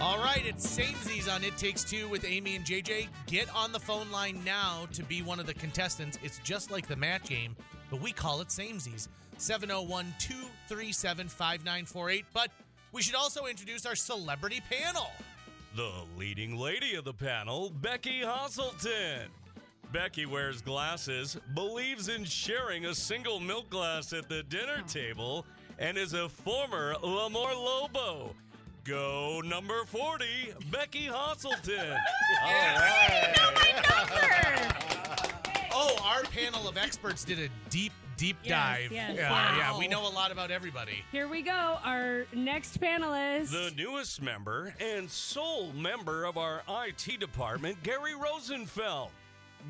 All right, it's Samesies on It Takes Two with Amy and JJ. Get on the phone line now to be one of the contestants. It's just like the match game, but we call it Samesies. 701 237 5948. But we should also introduce our celebrity panel. The leading lady of the panel, Becky Hasselton. Becky wears glasses, believes in sharing a single milk glass at the dinner table, and is a former Lamar Lobo. Go number 40, Becky Hasselton. Oh, our panel of experts did a deep, deep Yes, dive. yes. yeah, Wow. yeah, we know a lot about everybody. Here we go. Our next panelist. The newest member and sole member of our IT department, Gary Rosenfeld.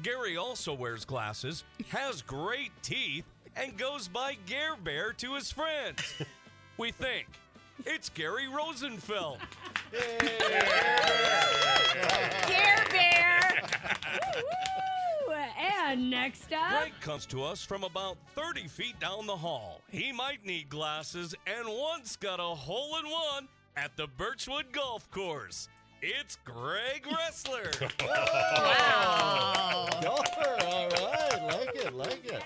Gary also wears glasses, has great teeth, and goes by Gare Bear to his friends. We think it's Gary Rosenfeld. Care Bear. Woo-hoo. and next up, Greg comes to us from about 30 feet down the hall. He might need glasses and once got a hole in one at the Birchwood Golf Course. It's Greg Wrestler. Golfer, all right, like it, like it.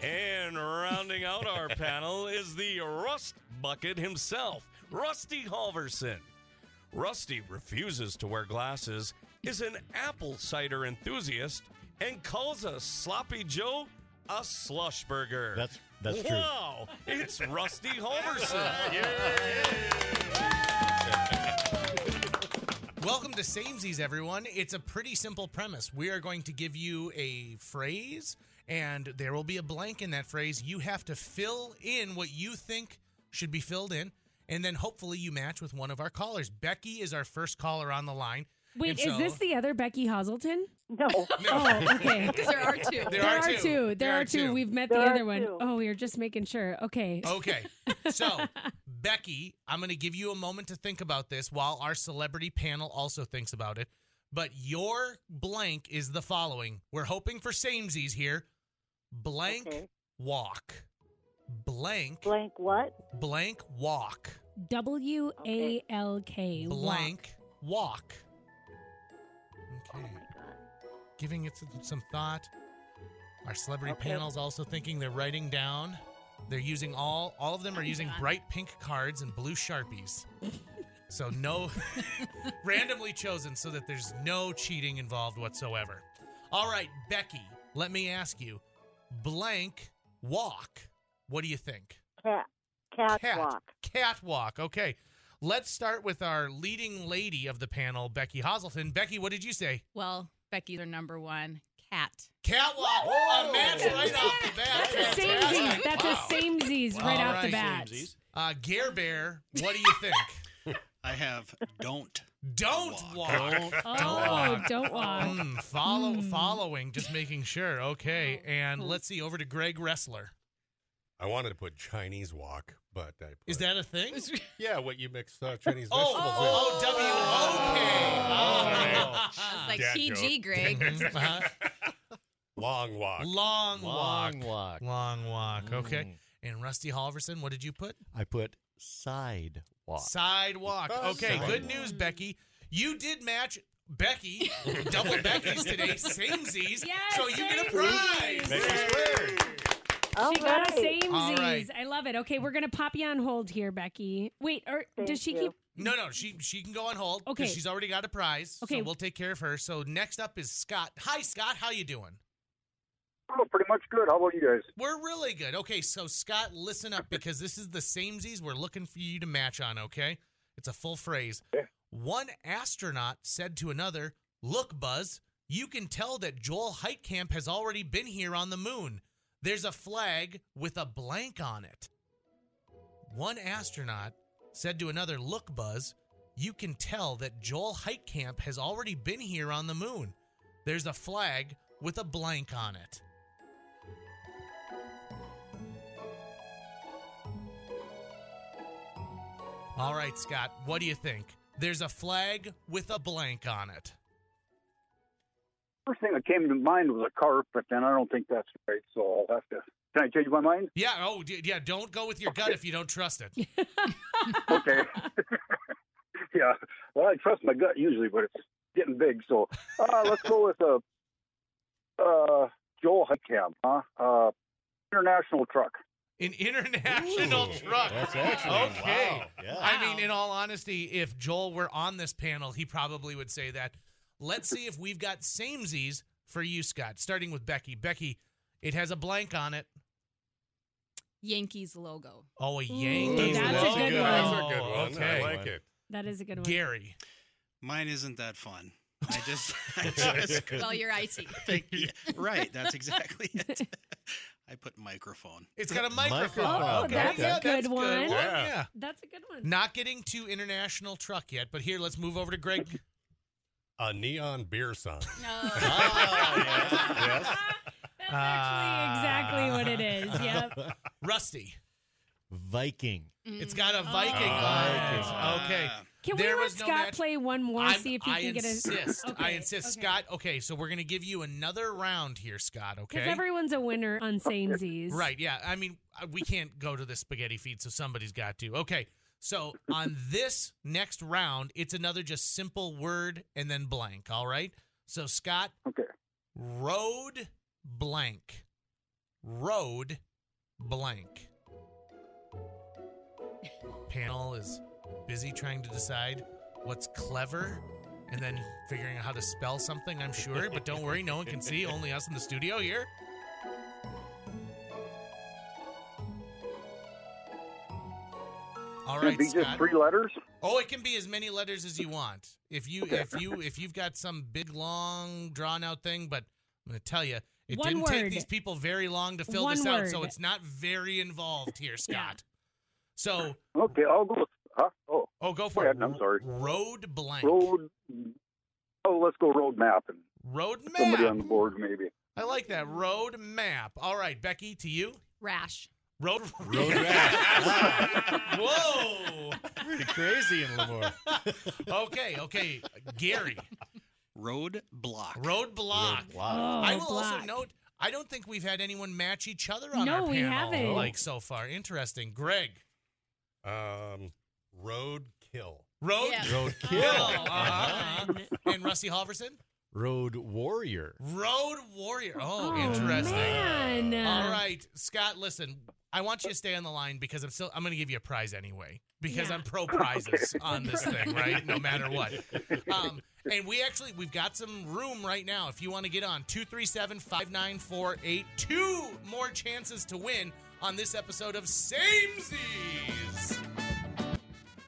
yeah. And rounding out our panel is the Rust Bucket himself, Rusty Halverson. Rusty refuses to wear glasses, is an apple cider enthusiast, and calls a sloppy Joe a slush burger. That's- that's true. wow, true. Wow, it's Rusty Halverson. Welcome to Samesies, everyone. It's a pretty simple premise. We are going to give you a phrase, and there will be a blank in that phrase. You have to fill in what you think should be filled in, and then hopefully you match with one of our callers. Becky is our first caller on the line. Wait, And is so- this the other Becky Hazelton? No, Oh, okay. There are two. There, Oh, There are two. There, are 2 We've met There the are other one. two. Oh, we were just making sure. Okay. Okay. So, Becky, I'm going to give you a moment to think about this while our celebrity panel also thinks about it. But your blank is the following. We're hoping for samesies here. Blank Okay. walk. Blank, blank, blank what? walk. W A L K. Blank walk. Oh my Okay. god. Giving it some, some thought. Our celebrity Okay. panel's also thinking they're writing down. They're using all all of them are using bright pink cards and blue Sharpies. So no randomly chosen so that there's no cheating involved whatsoever. All right, Becky, let me ask you. Blank walk. What do you think? Cat. Catwalk. Catwalk. Okay. Let's start with our leading lady of the panel, Becky Hoselton. Becky, what did you say? Well, Becky's our number one cat. Catwalk. A match right off the bat. That's a samesies. Fantastic. That's Wow. a samesies right All off right. the bat. Samesies. Uh, Gare Bear, what do you think? I have don't. Don't walk. Oh, don't walk. Mm, follow, following, just making sure. Okay, Oh. and Hmm. let's see. Over to Greg Wrestler. I wanted to put Chinese walk, but I put, Is that a thing? yeah? What you mix uh, Chinese Oh, vegetables oh, with? W. Oh. Okay. Ah. It's like Dad PG, Greg. Mhm, uh-huh. long walk. Long walk. Long walk. Long walk. Okay. And Rusty Halverson, what did you put? I put side walk. Sidewalk. Okay, good news, Becky. You did match Becky, double Becky's today, samesies. Yes, so you get a samesies. prize. All She got a right. samesies. All right. I love it. Okay, we're gonna pop you on hold here, Becky. Wait, or does she you. keep? No, no, she she can go on hold because Okay. she's already got a prize. Okay. so we'll take care of her. So next up is Scott. Hi, Scott. How you doing? Oh, pretty much good. How about you guys? We're really good. Okay, so Scott, listen up because this is the samesies we're looking for you to match on. Okay, it's a full phrase. One astronaut said to another, "Look, Buzz, you can tell that Joel Heitkamp has already been here on the moon. There's a flag with a blank on it." One astronaut said to another, "Look, Buzz, you can tell that Joel Heitkamp has already been here on the moon. There's a flag with a blank on it." All right, Scott, what do you think? There's a flag with a blank on it. First thing that came to mind was a carp, but then I don't think that's right, so I'll have to. Can I change my mind? Yeah, oh, d- yeah, don't go with your gut if you don't trust it. Okay. Well, I trust my gut usually, but it's getting big. So uh, let's go with a uh, uh, Joel Headcam, huh? Uh, international truck. An international truck. That's excellent. Okay. Wow. Yeah. I mean, in all honesty, if Joel were on this panel, he probably would say that. Let's see if we've got samesies for you, Scott, starting with Becky. Becky, it has a blank on it. Yankees logo. Oh, a Yankees. that's a logo. good one. That's a Oh, good one. Okay. I like it. That is a good one. Gary. Mine isn't that fun. I just, I just couldn't Well, you're IT. think. yeah, right. That's exactly it. I put microphone. It's got a microphone. Microphone. Oh, Okay. that's Yeah, a good one. Yeah. yeah. That's a good one. Not getting to international truck yet, but here, let's move over to Greg. A neon beer sign. No. Oh, Ah, yes, That's actually exactly Ah. what it is. Yep. Rusty. Viking. It's got Oh. a Viking Ah. on it. Okay. Ah, Can There we let was no Scott match- play one more? I'm- see if he I can insist. get a. I insist. Scott, okay, so we're going to give you another round here, Scott, Because okay? everyone's a winner on samesies. right, yeah. I mean, uh, we can't go to the spaghetti feed, so somebody's got to. Okay, so on this next round, it's another just simple word and then blank, all right? So, Scott, Okay. road blank. Road blank. Panel is busy trying to decide what's clever and then figuring out how to spell something, I'm sure. But don't worry, no one can see, only us in the studio here. All Should right, be just Scott. three letters. Oh, it can be as many letters as you want. If you if you if you've got some big long drawn out thing, but I'm going to tell you, it One didn't take word. these people very long to fill One this out, so word. it's not very involved here, Scott. So, Okay, I'll go with. Huh? Oh, oh, go for Go it. ahead, I'm sorry. Road blank. road. Oh, let's go road map and Road somebody on the map. board maybe. I like that. Road map. All right, Becky, to you. Rash. Road. Road rash. Whoa. Pretty crazy in Lemoore. Okay, okay. Gary. Road block. Road block. Wow. Oh, I will also block. note I don't think we've had anyone match each other on No, our we panel haven't. like so far. Interesting. Greg. Um, road kill. Oh. Road Yeah. Road kill. kill. Uh-huh. and Rusty Halverson. Road warrior. Road warrior. Oh, Oh, interesting. Man. All right, Scott, listen. I want you to stay on the line because I'm still I'm going to give you a prize anyway because Yeah. I'm pro prizes on this thing, right? No matter what. Um, and we actually we've got some room right now if you want to get on 237-5948. Two more chances to win on this episode of Samesies.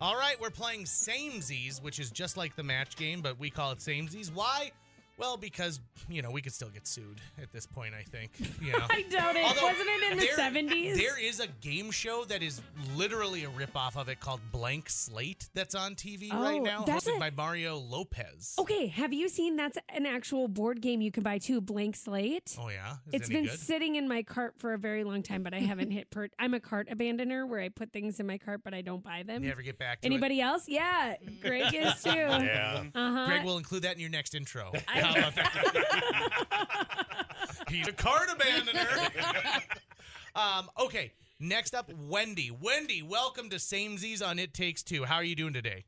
All right, we're playing Samesies, which is just like the match game, but we call it Samesies. Why? Well, because, you know, we could still get sued at this point, I think. You know. I doubt it. Although, Wasn't it in the there- 70s? There is a game show that is literally a ripoff of it called Blank Slate that's on TV right Oh, now, that's hosted a- by Mario Lopez. okay, have you seen that's an actual board game you can buy too, Blank Slate? Oh, yeah? Is it's it any been good? sitting in my cart for a very long time, but I haven't hit per I'm a cart abandoner where I put things in my cart but I don't buy them. You ever get back to Anybody else? Yeah, Greg is too. Yeah. it? Uh-huh. Greg will include that in your next intro. I- How about that? He's a card abandoner. um, okay, next up, Wendy. Wendy, welcome to Samesies on It Takes Two. How are you doing today?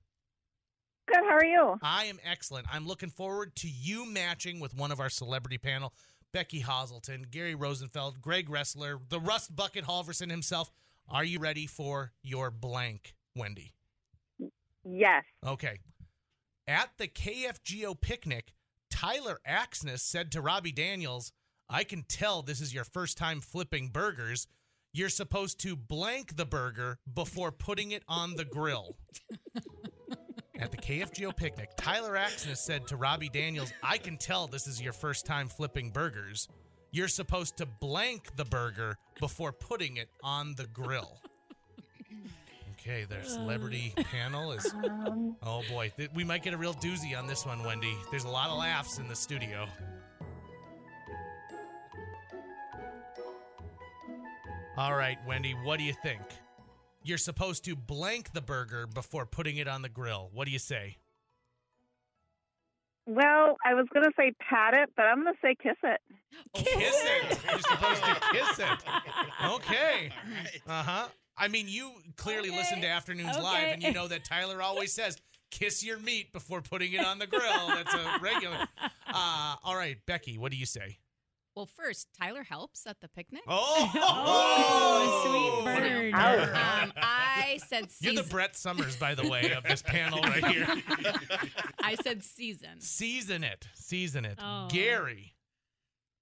Good. How are you? I am excellent. I'm looking forward to you matching with one of our celebrity panel Becky Hoselton, Gary Rosenfeld, Greg Wrestler, the Rust Bucket Halverson himself. Are you ready for your blank, Wendy? Yes. Okay. At the KFGO picnic, Tyler Axness said to Robbie Daniels, I can tell this is your first time flipping burgers. You're supposed to blank the burger before putting it on the grill. At the KFGO picnic, Tyler Axness said to Robbie Daniels, I can tell this is your first time flipping burgers. You're supposed to blank the burger before putting it on the grill. Okay, their celebrity panel is Um, Oh boy, Th- we might get a real doozy on this one, Wendy. There's a lot of laughs in the studio. All right, Wendy, what do you think? You're supposed to blank the burger before putting it on the grill. What do you say? well, I was gonna say pat it, but I'm gonna say kiss it. Kiss it. You're supposed to kiss it. Uh-huh. Okay. All right. Uh huh. I mean, you clearly Okay. listened to Afternoons Live, Okay. and you know that Tyler always says, kiss your meat before putting it on the grill. Oh, That's a regular. Uh, all right, Becky, what do you say? Well, first, Tyler helps at the picnic. Oh, Oh, sweet bird. Um, I said You're season. the Brett Summers, by the way, of this panel right here. I said season. Season it. Season it. Oh. Gary.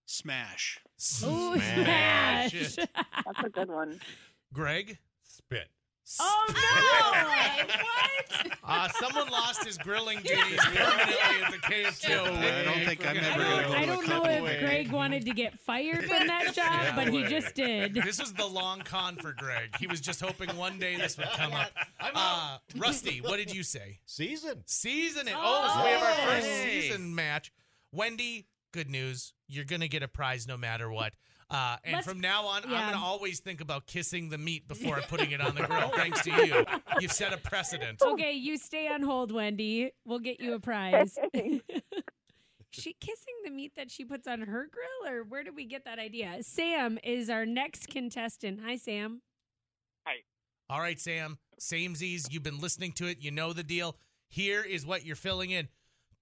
Smash. Ooh, Smash smash. it. That's a good one. Greg. Spit. Um, Oh, Wait, what? Uh, someone lost his grilling duties permanently at the KFC. No, I don't think I'm I ever don't, gonna go I to a don't know couple if Greg wanted to get fired from that job, Yeah. but he just did. This was the long con for Greg. He was just hoping one day this would come up. Uh, Rusty, what did you say? Season. Season it. Oh, so we have our first Hey. season match. Wendy, good news. You're going to get a prize no matter what. Uh, and Let's- from now on, I'm yeah. going to always think about kissing the meat before putting it on the grill. Thanks to you. You've set a precedent. Okay, you stay on hold, Wendy. We'll get you a prize. she kissing the meat that she puts on her grill, or where did we get that idea? Sam is our next contestant. Hi, Sam. All right, Sam. Samesies, you've been listening to it. You know the deal. Here is what you're filling in.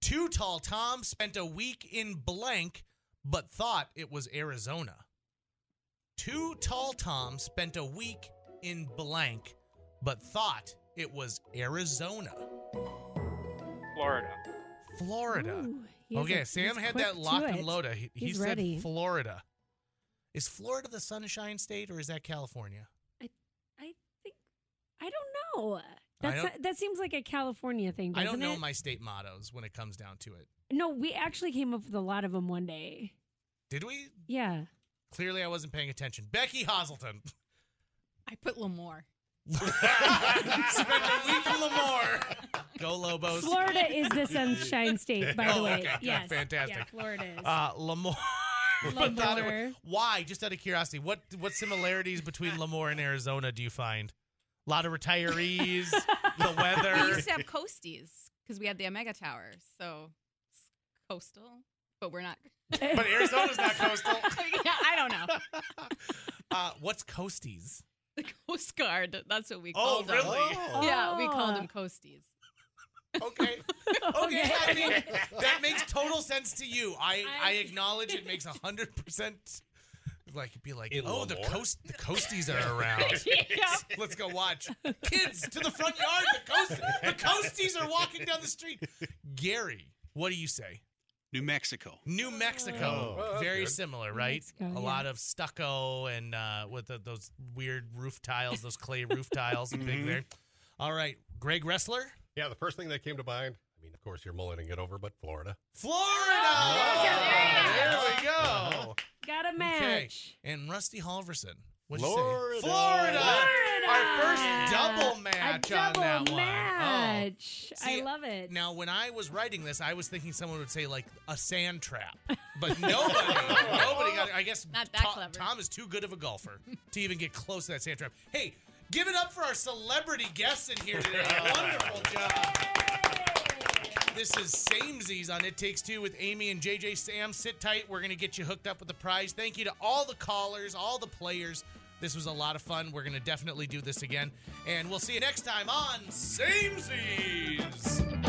Too tall Tom spent a week in blank, but thought it was Arizona. Too tall Tom spent a week in blank, but thought it was Arizona. Florida. Florida. Ooh, he is okay, a- Sam he's had quick that to locked it. and loaded. He, he He's said ready. Florida. Is Florida the sunshine state or is that California? I think I don't know. I That's don't- that seems like a California thing. I Doesn't don't know it? my state mottos when it comes down to it. No, we actually came up with a lot of them one day. Did we Yeah. Clearly, I wasn't paying attention. Becky Hosselton I put Lamore. spent a week in Lemoore. Go Lobos. Florida is the sunshine state, by the Oh, way. okay, good, yes. fantastic. Yeah, Florida is. Uh, Lemoore. But thought it was- Lemoore. why? Just out of curiosity, what what similarities between Lemoore and Arizona do you find? A lot of retirees, the We weather. used to have coasties because we had the Omega Tower, so it's coastal, but we're not. But Arizona's not coastal. yeah, I don't know. Uh, what's coasties? The Coast Guard. That's what we Oh, called them. really? Yeah, we called them Oh. coasties. Okay. Okay. I mean, that makes total sense to you. I, I, I- acknowledge it makes hundred percent. Like be like, In oh, the Lemoore? coast, the coasties are around. yeah. Let's go watch. Kids to the front yard. The coast. The coasties are walking down the street. Gary, what do you say? New Mexico. New Mexico. Oh, that's Very good. similar, right? Mexico, a yeah. lot of stucco and uh, with the, those weird roof tiles, those clay roof tiles, big Mm-hmm. Mhm. there. All right, Greg Wrestler, Yeah, the first thing that came to mind. I mean, of course, you're mulleting it over, but Florida. Florida. yes, There we go. Oh, Got a match. And Rusty Halverson. What Florida. you say? Florida. Our Ah, first double match a double on that one. Oh. match. See, I love it. Now, when I was writing this, I was thinking someone would say like a sand trap, but nobody, nobody got. it. I guess Not that Tom, clever. Tom is too good of a golfer to even get close to that sand trap. Hey, give it up for our celebrity guests in here today. Wonderful job. This is Samesies on It Takes Two with Amy and JJ Sam. Sit tight. We're going to get you hooked up with the prize. Thank you to all the callers, all the players. This was a lot of fun. We're going to definitely do this again. And we'll see you next time on Samesies.